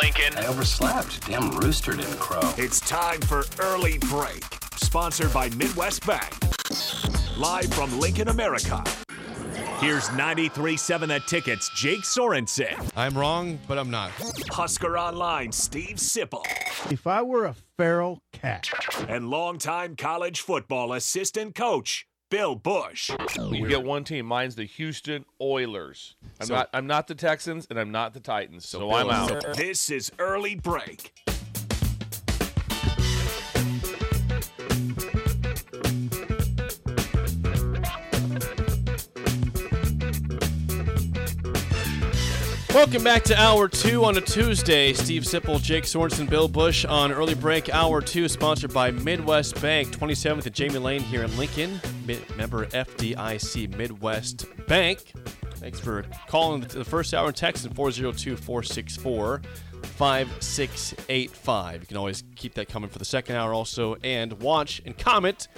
Lincoln. I overslept. Damn rooster didn't crow. It's time for Early Break, sponsored by Midwest Bank. Live from Lincoln, America. Here's 93.7 The Ticket's Jake Sorensen, I'm wrong, but I'm not. Husker Online Steve Sipple, If I were a feral cat, and longtime college football assistant coach Bill Bush. You get one team. Mine's the Houston Oilers. I'm not. I'm not the Texans, and I'm not the Titans. So, I'm out. This is Early Break. Welcome back to Hour 2 on a Tuesday. Steve Sipple, Jake Sorensen, Bill Bush on Early Break Hour 2, sponsored by Midwest Bank, 27th at Jamie Lane here in Lincoln. Mi- member FDIC Midwest Bank. Thanks for calling the first hour and texting 402 464 5685. You can always keep that coming for the second hour also and watch and comment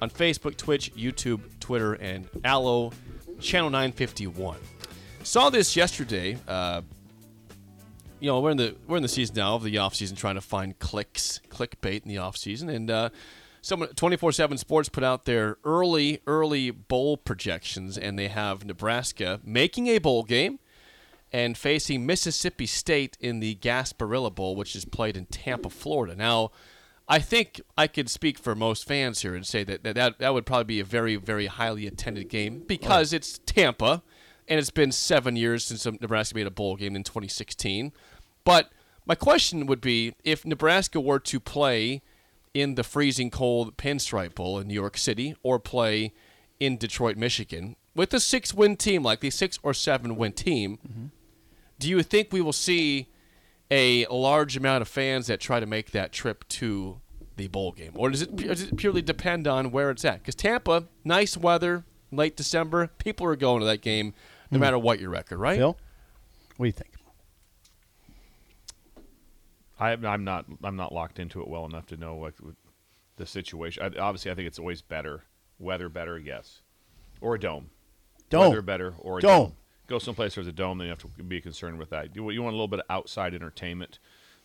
on Facebook, Twitch, YouTube, Twitter, and Allo, Channel 951 saw this yesterday. Uh, you know, we're in the we're in the season now of the off season, trying to find clicks, clickbait in the off season, and uh, someone twenty four seven Sports put out their early early bowl projections, and they have Nebraska making a bowl game and facing Mississippi State in the Gasparilla Bowl, which is played in Tampa, Florida. Now, I think I could speak for most fans here and say that that, that, that would probably be a very, very highly attended game because it's Tampa, and it's been seven years since um, Nebraska made a bowl game in 2016. But my question would be if Nebraska were to play in the freezing cold Pinstripe Bowl in New York City or play in Detroit, Michigan, with a six win team, like the six or seven win team, do you think we will see a large amount of fans that try to make that trip to the bowl game, or does it, or does it purely depend on where it's at? Because Tampa, nice weather, late December, people are going to that game, no matter what your record, right? Bill, what do you think? I, I'm not. I'm not locked into it well enough to know what, what the situation. I, obviously, I think it's always better weather, better yes, or a dome. Dome. Weather better or a Dome. dome. Go someplace there's a dome, then you have to be concerned with that. You, you want a little bit of outside entertainment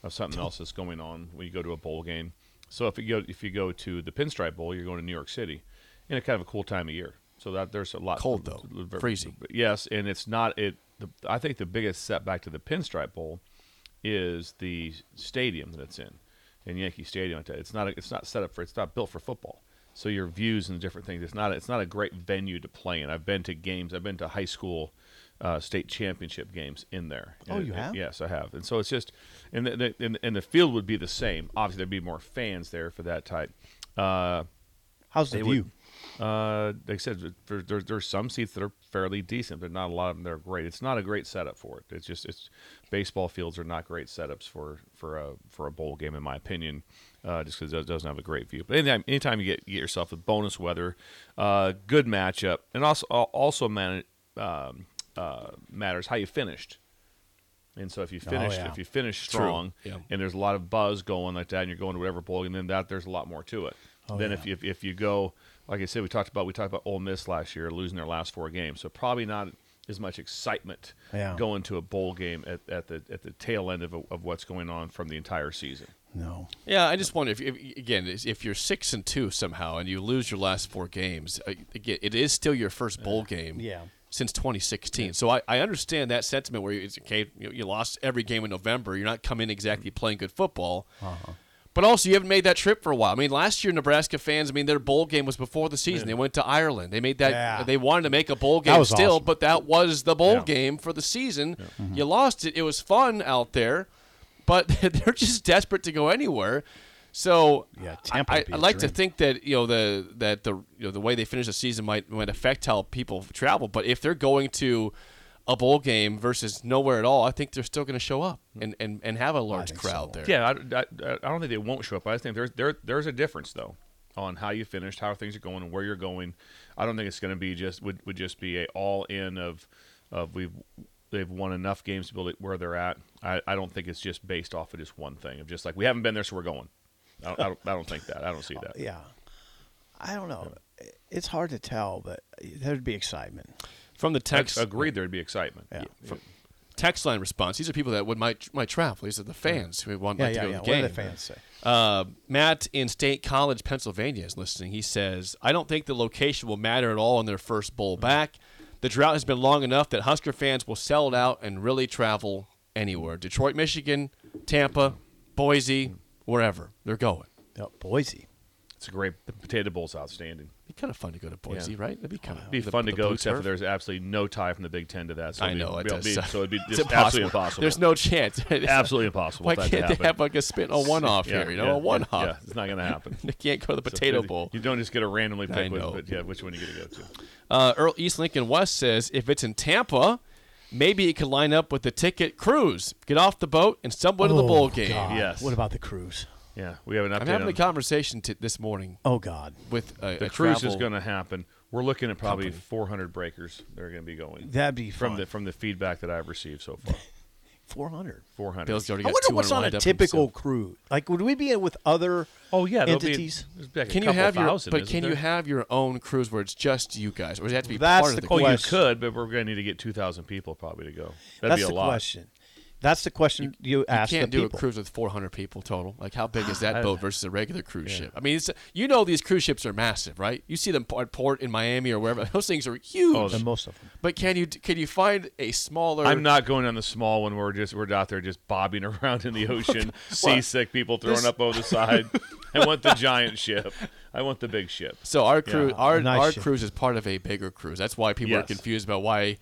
of something else that's going on when you go to a bowl game. So if you go if you go to the Pinstripe Bowl, you're going to New York City, in a kind of a cool time of year. So that there's a lot Cold, though. ver- Freezing. Yes, and it's not it. The, I think the biggest setback to the Pinstripe Bowl is the stadium that it's in, in Yankee Stadium. It's not. It's not set up for. It's not built for football. So your views and different things. It's not. It's not a great venue to play in. I've been to games. I've been to high school uh, state championship games in there. Oh, And- you and- have? yes, I have. And so it's just, and the, the and, and the field would be the same. Obviously, there'd be more fans there for that type. Uh, How's the They view? would- uh, like I said, there, there, there's some seats that are fairly decent, but not a lot of them that are great. It's not a great setup for it. It's just it's baseball fields are not great setups for for a for a bowl game, in my opinion, uh, just because it doesn't have a great view. But anytime anytime you get, get yourself with bonus weather, uh, good matchup, and also also man, um, uh, matters how you finished. And so if you finish yeah. if you finish strong, Yeah. and there's a lot of buzz going like that, and you're going to whatever bowl game, then that there's a lot more to it. then if, if if you go, like I said, we talked about we talked about Ole Miss last year losing their last four games, so probably not as much excitement Yeah. going to a bowl game at, at the at the tail end of, of what's going on from the entire season. No. Yeah, I just wonder if, if again, is- if you're six and two somehow and you lose your last four games, uh, again, it is still your first bowl game yeah. since 2016. So I, I understand that sentiment where you, it's okay, you, you lost every game in November, you're not coming exactly playing good football. Uh-huh. But also, you haven't made that trip for a while. I mean, last year Nebraska fans, I mean, their bowl game was before the season. They went to Ireland. They made that. Yeah. They wanted to make a bowl That game was still, awesome. Mm-hmm. but that was the bowl Yeah. game for the season. You lost it. It was fun out there, but they're just desperate to go anywhere. So Yeah, I, Tampa I, would be I a like to dream. think that you know the that the you know the way they finish the season might might affect how people travel. But if they're going to a bowl game versus nowhere at all, I think they're still going to show up and, and, and have a large Hmm. think crowd there. Yeah, I, I, I don't think they won't show up. I just think there's there, there's a difference though on how you finished, how things are going, and where you're going. I don't think it's going to be just would, would just be a all in of of we've they've won enough games to build it where they're at. I, I don't think it's just based off of just one thing of just like we haven't been there, so we're going. I don't, I don't, I don't think that. I don't see that. Yeah. I don't know. It's hard to tell, but there'd be excitement. From the text, Agreed, there'd be excitement. Yeah. From- text line response. These are people that would might might travel. These are the fans who want Yeah, like, yeah, to go to yeah. What the game. do the fans say? Uh, Matt in State College, Pennsylvania, is listening. He says, "I don't think the location will matter at all on their first bowl back. The drought has been long enough that Husker fans will sell it out and really travel anywhere: Detroit, Michigan, Tampa, Boise, wherever they're going. No, Boise. It's a great. The potato bowl's outstanding. It'd be kind of fun to go to Boise, Yeah. right? That'd be kind of It'd be fun to go, except for there's. there's absolutely no tie from the Big Ten to that. So I it'd be- know it it'd does. be- suck. So it'd be It's just absolutely impossible. There's no chance. absolutely impossible. Why for that to can't they happen. have like a spin a one off Yeah, here? You know, yeah, a one off. Yeah, it's not gonna happen. They can't go to the So potato you- bowl. You don't just get to randomly I pick which, know. but yeah, which one you gonna go to? Uh, Earl East Lincoln West says if it's in Tampa, maybe it could line up with the ticket cruise. Get off the boat and stumble into the Oh, bowl game. God. Yes. What about the cruise? Yeah, we have an update. I'm having on a conversation t- this morning Oh God, with a, the a cruise is travel- gonna happen. We're looking at probably 400 breakers. They're gonna be going that'd be from fun. the from the feedback that I've received so far. four hundred. 400. Bill's already I got wonder what's 200 on a lined up typical himself. cruise. Like, would we be in with other? oh yeah, there'll be- entities. there's like a Can you couple have your thousand, but isn't can you there? have your own cruise where it's just you guys, or does it have to be That's part of the the question. Well, you West. could, but we're going to need to get 2,000 people probably to go. That'd that's be a the lot. question. That's the question you, asked can't the do people. a cruise with 400 people total. Like, how big is that boat versus a regular cruise ship? I mean, it's, you know these cruise ships are massive, right? You see them p- at port in Miami or wherever. Those things are huge. Oh, And most of them. but can you can you find a smaller? I'm not going on the small one where we're just we're out there just bobbing around in the ocean, seasick people throwing This- up over the side. I want the giant ship. I want the big ship. So our cruise our, Nice our ship. cruise is part of a bigger cruise. That's why people Yes. are confused about why.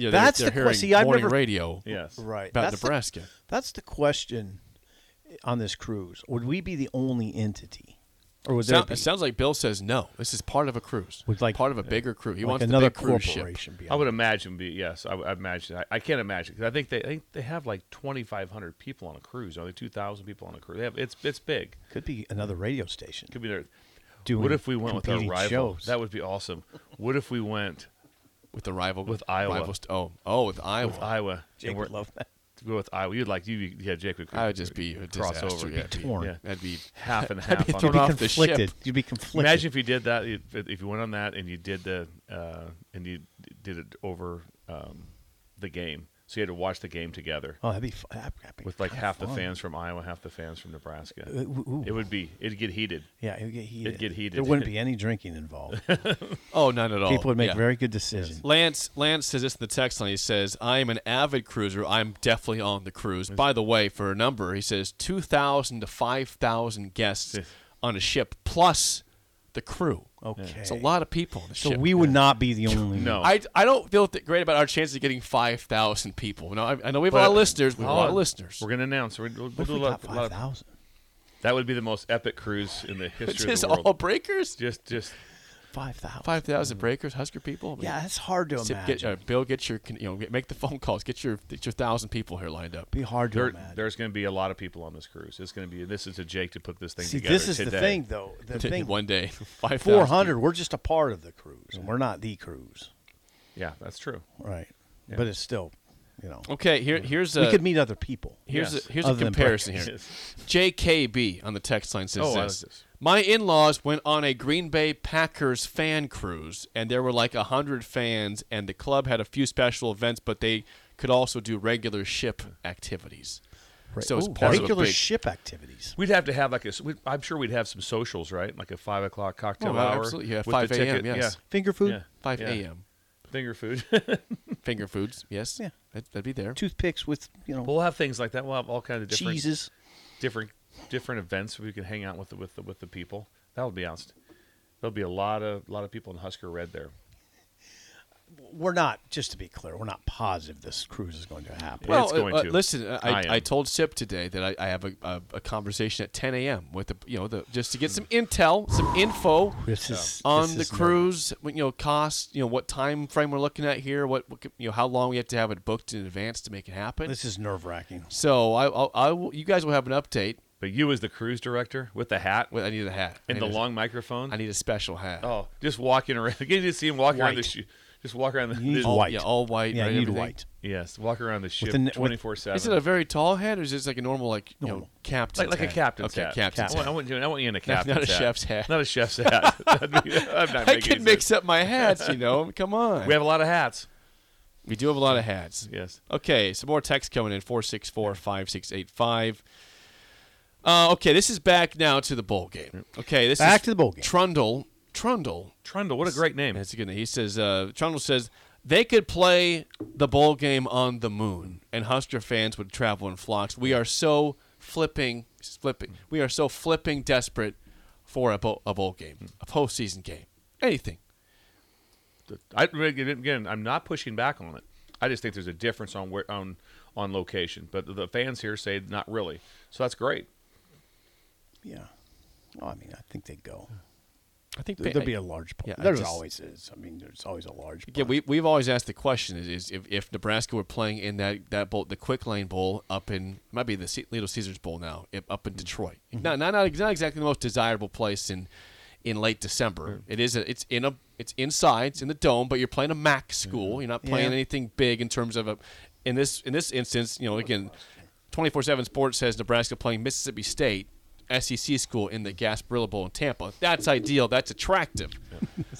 You know, That's they're, the they're hearing question. See, I've morning never- radio Yes. Right. about that's the- Nebraska. that's the question on this cruise. Would we be the only entity, or would there Sound- be it sounds like Bill says no. This is part of a cruise. Would like- uh, part of a bigger cruise. He like wants another the big cruise ship. corporation? Be I on would imagine be yes. I, would- I imagine. I, I can't imagine because I think they I think they have like 2,500 people on a cruise. Are they 2,000 people on a cruise? They have, it's it's big. it? could be another radio station. Could be there. Doing What if we went with our competing rival? shows. That would be awesome. What if we went with the rival With Iowa. rival st- oh, oh, with Iowa. with Iowa? Jake and would we're, love that. to go with Iowa. You'd like you, yeah, Jake would. I would just be a cross disaster. over. Yeah, be torn. Yeah. That'd be half and half. thrown You'd on be off the ship. conflicted. You'd be conflicted. Imagine if you did that. If, if you went on that and you did the uh, and you did it over um, the game, so you had to watch the game together oh, that'd be, fu- that'd be with like kinda half the fun. Uh, fans from Iowa, half the fans from Nebraska. ooh. It would be. It'd get heated. Yeah, it'd get heated. get heated. There wouldn't be any drinking involved. Oh, none at all. People would make Yeah. very good decisions. Lance Lance says this in the text line. He says, "I am an avid cruiser. I'm definitely on the cruise." By the way, for a number, he says two thousand to five thousand guests on a ship plus the crew. Okay. it's a lot of people on the So ship. we would not be the only. No. I, I don't feel th- great about our chances of getting five thousand people. No, I, I know we have a lot of listeners. We have a lot of listeners. We're gonna announce. We're, we'll, What if do we a got lot, a lot five of- thousand? that would be the most epic cruise in the history of Just the world. all breakers. just, just Five thousand. Five thousand breakers, Husker people. I mean, Yeah, that's hard to Sip, imagine. get, uh, Bill, get your con- you know get- make the phone calls. Get your get your thousand people here lined up. be hard to there, imagine. there's gonna be a lot of people on this cruise. It's gonna be. This is to Jake to put this thing See, together. this is the today. thing, though. The thing. One day, five Four hundred. We're just a part of the cruise, and we're not the cruise, Yeah, that's true. right? But it's still, you know, Okay, here here's a we could meet other people. here's Yes. a, here's a Other than comparison breakers. here. JKB on the text line says Oh, I this. like this. My in-laws went on a Green Bay Packers fan cruise, and there were like a hundred fans, and the club had a few special events, but they could also do regular ship activities. So it's Ooh, part of a regular big- ship activities. We'd have to have like a. s- we'd- I'm sure we'd have some socials, right? Like a five o'clock cocktail Oh, hour. absolutely. Yeah, with the 5 a.m., ticket. yes. Finger Yeah. food, yeah. Five yeah. a.m. Finger food. Finger foods, yes, Yeah. that, that'd be there. toothpicks with you know we'll have things like that. We'll have all kinds of different cheeses. different different events we can hang out with the, with the, with the people. That would be honest. There'll be a lot of lot of people in Husker Red there. We're not. Just to be clear, we're not positive this cruise is going to happen. Well, It's going uh, to. listen. uh, I am. I, I told Sip today that I, I have a, a, a conversation at 10 a.m. with the you know the just to get some intel, some info This is on this the is nerve- cruise. You know, cost. You know, what time frame we're looking at here. What, what could- you know, how long we have to have it booked in advance to make it happen. This is nerve wracking. so I, I'll, I will, you guys will have an update. But you, as the cruise director, with the hat Wait, I need a hat I and the need a- long microphone. I need a special hat. oh, just walking around. You just see him walking around the White. sh- Just walk around the. You need the- all, white. Yeah, all white. Yeah, right, you need everything. white. yes, walk around the ship the- with- twenty four seven. Is it a very tall hat, or is it like a normal like you know Normal. captain? like, like a hat? captain's Okay, hat. captain's I want, I hat. want you. I want you in a Not- captain's not a hat. chef's hat. Not a chef's hat. That'd be- I'm not I making could sense. mix up my hats, you know. Come on. We have a lot of hats. We do have a lot of hats. Yes. Okay, some more text coming in 464 5685. Uh, okay, this is back now to the bowl game. Okay, this Back is to the bowl game. Trundle. Trundle. Trundle, what a great name. That's a good name. He says, uh, Trundle says, they could play the bowl game on the moon, and Husker fans would travel in flocks. We are so flipping, flipping. We are so flipping desperate for a bowl, a bowl game, a postseason game, anything. I again, I'm not pushing back on it. I just think there's a difference on where on on location. But the fans here say not really, so that's great. Yeah. Well, I mean, I think they go. I think There- There'll be a large bunch. Yeah, I there just- always is. I mean, there's always a large Yeah, bunch. we we've always asked the question is, is if, if Nebraska were playing in that that bowl, the Quick Lane Bowl up in it might be the C- Little Caesars Bowl now, if, up in Detroit. Not, not not not exactly the most desirable place in in late December. It is a, it's in a it's inside, it's in the dome, but you're playing a MAC school. You're not playing Yeah. anything big in terms of a in this in this instance, you know, again, 24/7 Sports says Nebraska playing Mississippi State. SEC school in the Gasparilla Bowl in Tampa. That's ideal. That's attractive.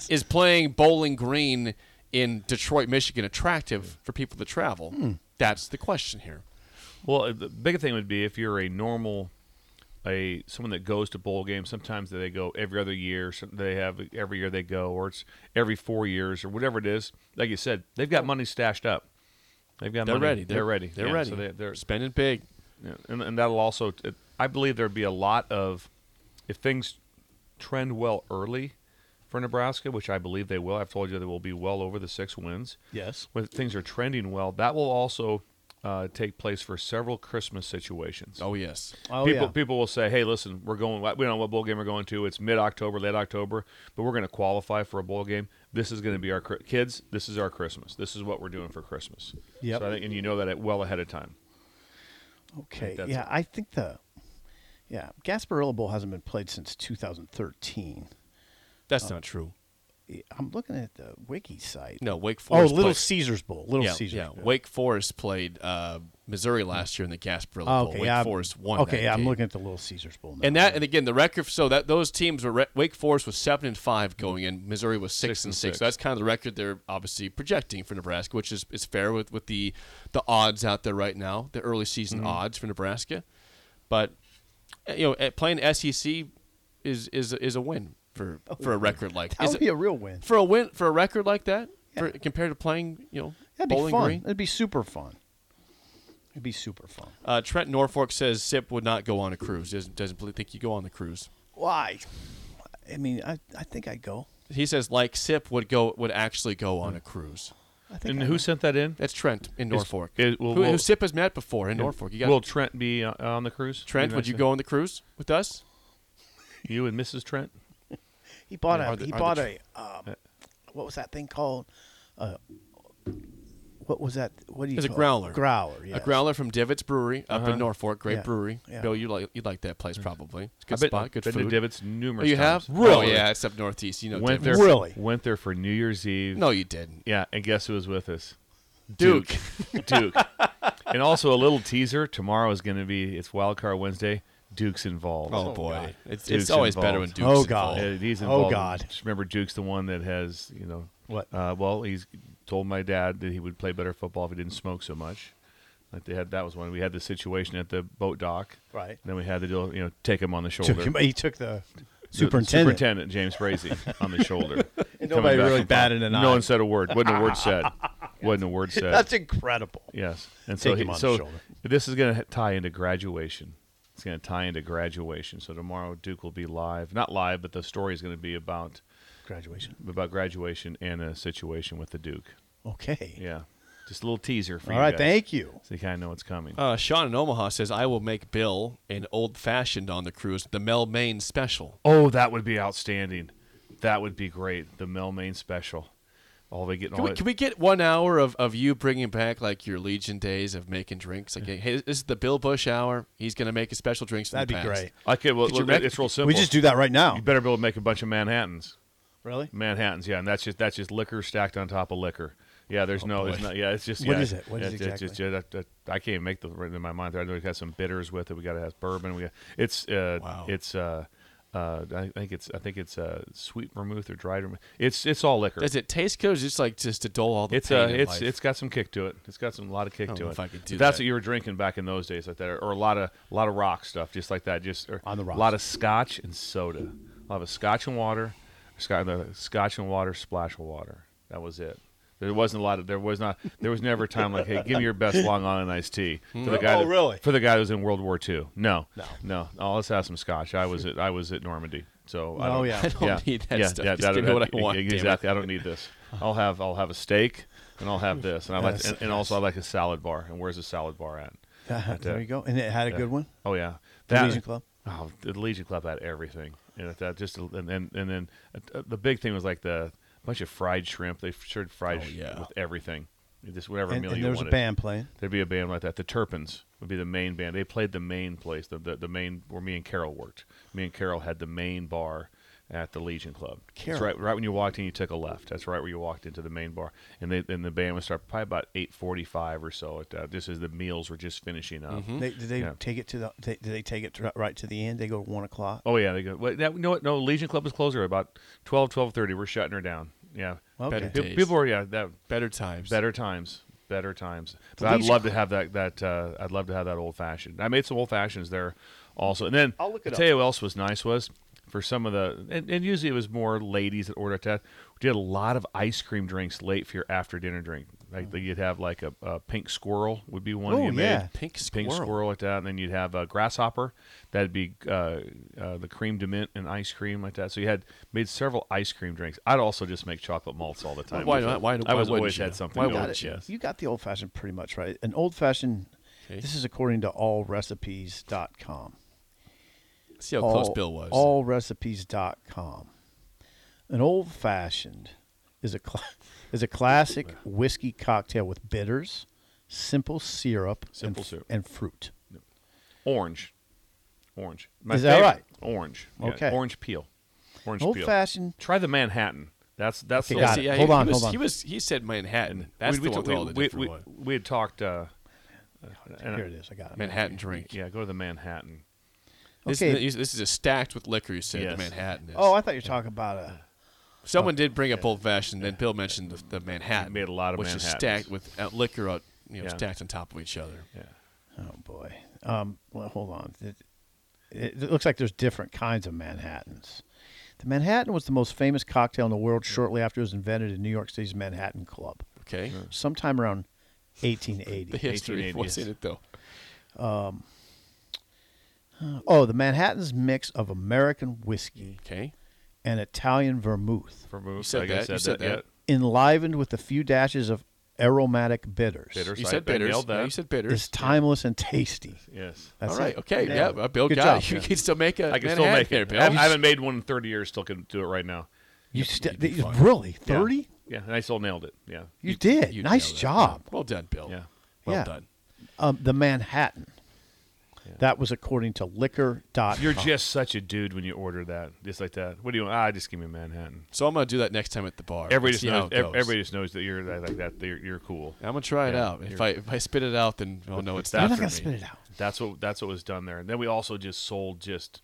Is playing Bowling Green in Detroit, Michigan attractive for people to travel? That's the question here. Well, uh, the bigger thing would be if you're a normal, a someone that goes to bowl games. Sometimes they go every other year. Some, they have every year they go, or it's every four years, or whatever it is. Like you said, they've got money stashed up. They've got They're money. ready. They're, ready. They're Yeah, ready. So they, they're spending big. Yeah, and, and that'll also, it- I believe there'd be a lot of, if things trend well early for Nebraska, which I believe they will. I've told you they will be well over the six wins. Yes. When things are trending well, that will also uh, take place for several Christmas situations. Oh yes. Oh, people, yeah. people will say, "Hey, listen, we're going. We don't know what bowl game we're going to. It's mid-October, late October, but we're going to qualify for a bowl game. This is going to be our Chri- kids. This is our Christmas. This is what we're doing for Christmas. Yep. So I think, and you know that uh, well ahead of time. Okay. that's yeah, it. I think the yeah Gasparilla Bowl hasn't been played since 2013. That's not true. Yeah, I'm looking at the wiki site. No, Wake Oh, Forest. Little played- Caesars Bowl. Little yeah, Caesars. yeah. Bowl. Wake Forest played uh, Missouri last year in the Gasparilla Oh, Bowl. Wake yeah, I'm- Forest won. Okay, that yeah, I'm game. looking at the Little Caesars Bowl. Now. And that, and again, the record. So that those teams were re- Wake Forest was seven and five going in. Missouri was six, and six. So that's kind of the record they're obviously projecting for Nebraska, which is, is fair with, with the the odds out there right now, the early season odds for Nebraska. But eh, you know, eh, playing SEC is is is a win for for a record like Oh, that is would it- be a real win. for a win for a record like that for, compared to playing you know That'd be Bowling fun. Green. It'd be super fun. It'd be super fun. Uh, Trent Norfolk says Sip would not go on a cruise. Doesn't doesn't believe- think you go on the cruise. Why? I mean, I, I think I go. He says like Sip would go would actually go on a cruise. I think And I who go. sent that in? That's Trent in Norfolk. is- well, who, who well- Sip has met before in Norfolk. You got Will Trent be uh, on the cruise? Trent. Would you go on the cruise with us? You and Mrs. Trent? He bought Yeah, a are the- he are the bought tr- Uh, a um, what was that thing called? Uh, what was that? What do you? It's a call growler. It? Growler. Yes. A growler Uh-huh. from Divots Brewery up in Norfolk. Great Yeah, brewery. yeah. Bill, you like you like that place probably. It's a good I've been, spot. Good been food. to Divots Oh, numerous you times. have Oh yeah, it's up northeast. You know Went there, Divots. for- Really? Went there for New Year's Eve. No, you didn't. Yeah, and guess who was with us? Duke. Duke. Duke. and also a little teaser. Tomorrow is going to be, it's Wild Card Wednesday. Duke's involved. Oh, boy, it's, Duke's it's always better when involved. Duke's Oh, God. involved. Uh, he's Oh, involved. God. Just remember, Duke's the one that has, you know. What? Uh, well, he's told my dad that he would play better football if he didn't smoke so much. Like they had that was one. We had the situation at the boat dock. Right. Then we had to deal, you know, take him on the shoulder. Took him, he took the The- the superintendent. superintendent James Brazy on the shoulder. and nobody really batted an No eye. one said a word. Wasn't a word said. Wasn't a word said. That's incredible. Yes, and so Take he, him on the so shoulder. this is going to tie into graduation. It's going to tie into graduation. So tomorrow Duke will be live, not live, but the story is going to be about Graduation. about graduation and a situation with the Duke. Okay. Yeah, just a little teaser for All you. right. guys, Thank you. So you kind of know what's coming. Uh, Sean in Omaha says I will make Bill an old fashioned on the cruise, the Mel Main special. oh, that would be outstanding. That would be great. The Melmain special. All they get. Can all we, that- can we get one hour of, of you bringing back like your Legion days of making drinks? Like, hey, this is the Bill Bush hour. He's gonna make a special drinks. From That'd the be past. great. okay, well, Could you look, rec- it's real simple. We just do that right now. You Mm-hmm. better be able to make a bunch of Manhattans. Really? Manhattan's, yeah, and that's just that's just liquor stacked on top of liquor. Yeah, there's no, there's not, yeah, it's just Oh, What yeah, is it? What is it's- it it's just- yeah, that- that- I can't even make the right in my mind. There, I know we got some bitters with it. We got to have bourbon. We got it's uh, Wow. it's uh, Uh, I think it's I think it's uh, sweet vermouth or dried vermouth. It's it's all liquor. Does it taste good? Or is it just like just to dull all the It's pain uh, in it's life? it's got some kick to it. It's got some a lot of kick don't to know it. if I could do If that's that. what you were drinking back in those days, like that, or a lot of a lot of rock stuff, just like that, just or On the A lot rocks. of scotch and soda. A lot of scotch and water, scotch, scotch and water, splash of water. That was it. There wasn't a lot of. There was not. There was never a time like, hey, give me your best Long Island iced tea for the guy. Oh, that- really? For the guy who was in World War II. No, no, no. Oh, let's have some scotch. I was at I was at Normandy, so I Oh, don't- yeah. I don't need that yeah, stuff. Yeah, Just give me what I want, damn it. Exactly. I don't need this. I'll have I'll have a steak and I'll have this and I like and, and also I like a salad bar. And where's the salad bar at? there you go. And it had a good one. Oh yeah, The Legion Club? Oh, the Legion Club had everything. And that just and then and then uh, the big thing was like the bunch of fried shrimp. They served fried Oh, sh- yeah. with everything. Just whatever And, meal and you there was a wanted. band playing. There'd be a band like that. The Turpins would be the main band. They played the main place, the, the, the main where me and Carol worked. Me and Carol had the main bar at the Legion Club. Carol. That's right, right when you walked in, you took a left. That's right where you walked into the main bar, and they and the band would start probably about eight forty-five or so. At that. This is the meals were just finishing up. They, did they Hmm? Yeah. take it to the? They, did they take it to, right to the end? They go one o'clock. Oh yeah, they go. Well, that, you know what? No, Legion Club is closer about 12, 12.30. We're shutting her down. Yeah, Okay. better Pe- days. people are yeah that better times. Better times. Better times. The But I'd Legion love to have that. That uh, I'd love to have that old fashioned. I made some old fashions there, also. And then I'll look it tell you what else was nice was for some of the and, and usually it was more ladies that ordered that. We did a lot of ice cream drinks late for your after dinner drink. Like you'd have like a, a pink squirrel would be one. Oh, you made. yeah. Pink Pink squirrel. squirrel like that, and then you'd have a grasshopper. That'd be uh, uh, the cream de mint and ice cream like that. So you had made several ice cream drinks. I'd also just make chocolate malts all the time. Why which not? Why- I why was wouldn't always you? had something. Why going. wouldn't you? Yes. You got the old fashioned pretty much right. An old fashioned. This is according to allrecipes.com. See how all, close Bill was. Allrecipes.com. An old fashioned is a cla is a classic whiskey cocktail with bitters, simple syrup, and, Simple f- syrup. and fruit. Orange. Orange. My Is that right? Orange. Yeah, Okay. Orange peel. Orange Old peel. fashioned. Try the Manhattan. That's that's Okay, the got one. it. yeah, Hold he, on, he was, hold on. He was. He said Manhattan. That's Mm-hmm. we, the we, one. with all the we, different we, one. we had talked. Uh, and I- Here it is. I got it. Manhattan drink. yeah, go to the Manhattan. This, Okay. this, this is a stacked with liquor. You said the Yes. Manhattan. Is. Oh, I thought you were talking about a. someone did bring up old fashioned. Then Bill mentioned the, the Manhattan. Made a lot of which is Manhattans. stacked with uh, liquor, out, you know, Yeah. stacked on top of each other. Yeah. Oh boy. Um, well, hold on. It, it, it looks like there's different kinds of Manhattans. The Manhattan was the most famous cocktail in the world shortly after it was invented in New York City's Manhattan Club, Okay, sometime around the 1880. history what's 1880s. in it though. oh, the Manhattan's mix of American whiskey Okay, and Italian vermouth, Vermouth. You said like I that, said you said that. yeah. that. enlivened with a few dashes of aromatic bitters, Bitters. you I- said I bitters. nailed Yeah, that. you said bitters. is timeless and tasty. Yes. That's All right. it. Okay. Yeah. Yeah. Bill Good got job, it. You Bill. can still make a. I can Manhattan still make there, it. Bill. I haven't- I haven't made one in 30 years. Still can do it right now. You st- really 30? Yeah, and I still nailed it. Yeah. You, did. You nice nailed it. job. Well done, Bill. Yeah. Well Yeah. done. Um, the Manhattan. That was according to liquor.com. You're just such a dude when you order that, just like that. What do you want? Ah, just give me a Manhattan. So I'm gonna do that next time at the bar. Everybody just See how knows. it ev- goes. Everybody just knows that you're that- like that. that You're, you're cool. I'm gonna try it Yeah, out. If you're- I if I spit it out, then oh no, it's You're I'm not not for going me. to spit it out. That's what that's what was done there. And then we also just sold just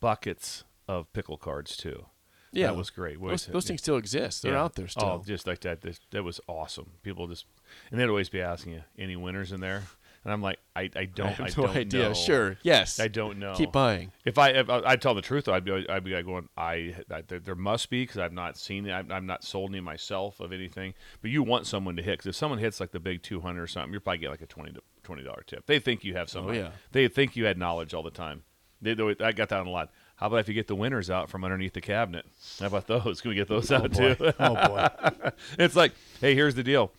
buckets of pickle cards too. Yeah, that was great. What Those, is it? those things still exist. They're Yeah. out there still. Oh, just like that. This, that was awesome. People just and they'd always be asking you any winners in there, and I'm like, I, I don't, I have no don't idea. know. Sure. Yes. I don't know. Keep buying. If I if I I'd tell the truth, though, I'd be I'd be like going, I, I there, there must be because I've not seen it. I'm, I'm not sold any myself of anything. But you want someone to hit because if someone hits like the big two hundred or something, you're probably get like a twenty twenty dollar tip. They think you have something. Oh, yeah. They think you had knowledge all the time. They, they, I got that on a lot. How about if you get the winners out from underneath the cabinet? How about those? Can we get those out too? Oh, boy. it's like, hey, here's the deal.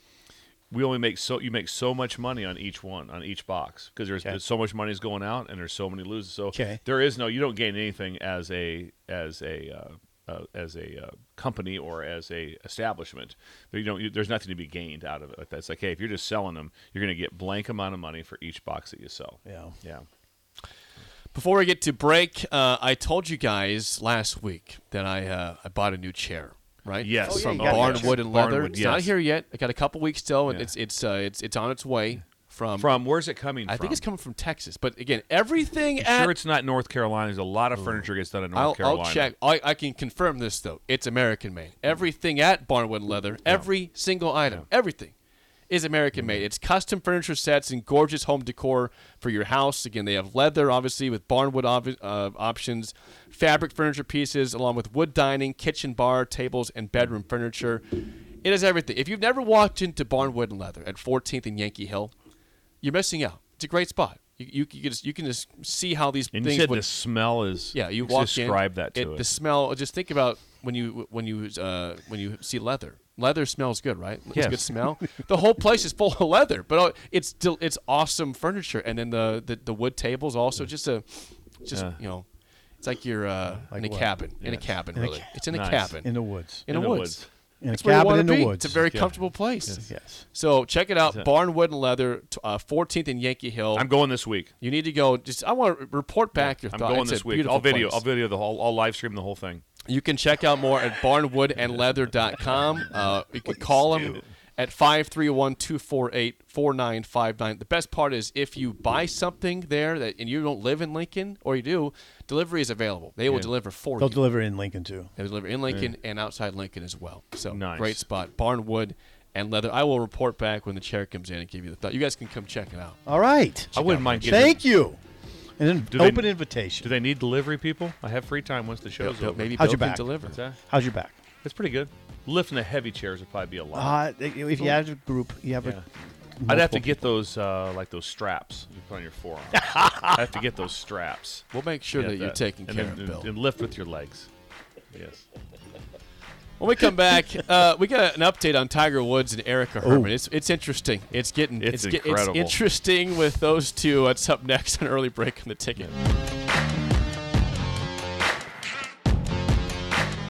We only make so you make so much money on each one on each box because there's, Okay. there's so much money is going out and there's so many losers. So Okay. there is no you don't gain anything as a as a uh, uh, as a uh, company or as a establishment. There you don't you, there's nothing to be gained out of it like that. It's like hey, if you're just selling them, you're going to get blank amount of money for each box that you sell. Yeah. Yeah. Before we get to break, uh, I told you guys last week that I uh, I bought a new chair. Right. Yes. Oh, yeah, From you got that. Barnwood and Leather. Barnwood, It's not yes. here yet. I got a couple weeks still, and Yeah. it's it's uh, it's it's on its way from From where's it coming I from? think it's coming from Texas. But again, everything at Sure, it's not North Carolina. There's a lot of furniture gets done in North I'll, Carolina. Mm-hmm. I'll check. I, I can confirm this though. It's American made. Everything at Barnwood Leather, every single item, everything, is American Mm-hmm. made. It's custom furniture sets and gorgeous home decor for your house. Again, they have leather, obviously, with Barnwood ob- uh, options, fabric furniture pieces, along with wood dining, kitchen bar tables, and Mm-hmm. bedroom furniture. It is everything. If you've never walked into Barnwood and Leather at 14th and Yankee Hill, you're missing out. It's a great spot. You, you, you, can, just, you can just see how these And you things said would the smell is. yeah, you walk in. Describe that to it, us. The smell. Just think about when you when you uh, when you see leather. Leather smells good, right? It's a Yes. good smell. the whole place is full of leather, but uh, it's del- it's awesome furniture, and then the the, the wood tables also just a just you know, it's like you're uh, in a what? cabin. In a cabin, really. it's in a Nice. cabin. in the woods. in, the In the woods. woods. In a That's where you cabin wanna in the be. woods. It's a very Yeah. comfortable place. Yes. So check it out, it. Barnwood and Leather, t- uh, 14th and Yankee Hill. I'm going this week. you need to go. Just I want to report back your I'm thoughts. going It's a this week. beautiful I'll video. place. I'll video the whole. I'll live stream the whole thing. You can check out more at barnwoodandleather.com. Uh, you can call them at 531 248 4959. The best part is if you buy something there that, and you don't live in Lincoln or you do, delivery is available. They will deliver for They'll you. deliver in Lincoln too. they deliver in Lincoln and outside Lincoln as well. So Nice. great spot. Barnwood and Leather. I will report back when the chair comes in and give you the thought. You guys can come check it out. All right. I wouldn't mind getting. Thank you. And then Do they- open Do invitation. they need delivery people? I have free time once the show's Bill- over. maybe How's Bill your can back? deliver. What's that? How's your back? It's pretty good. Lifting the heavy chairs would probably be a lot. Uh, if Oh. you have a group, you Ah, have a. I'd have to multiple get those uh, like those straps you put on your forearm. I have to get those straps. We'll make sure Yeah, that you're taking and care then- of Bill. And lift with your legs. Yes. When we come back, uh, we got an update on Tiger Woods and Erica Herman. It's it's interesting. It's getting It's get- incredible. interesting with those two. What's up next? An early break on the ticket.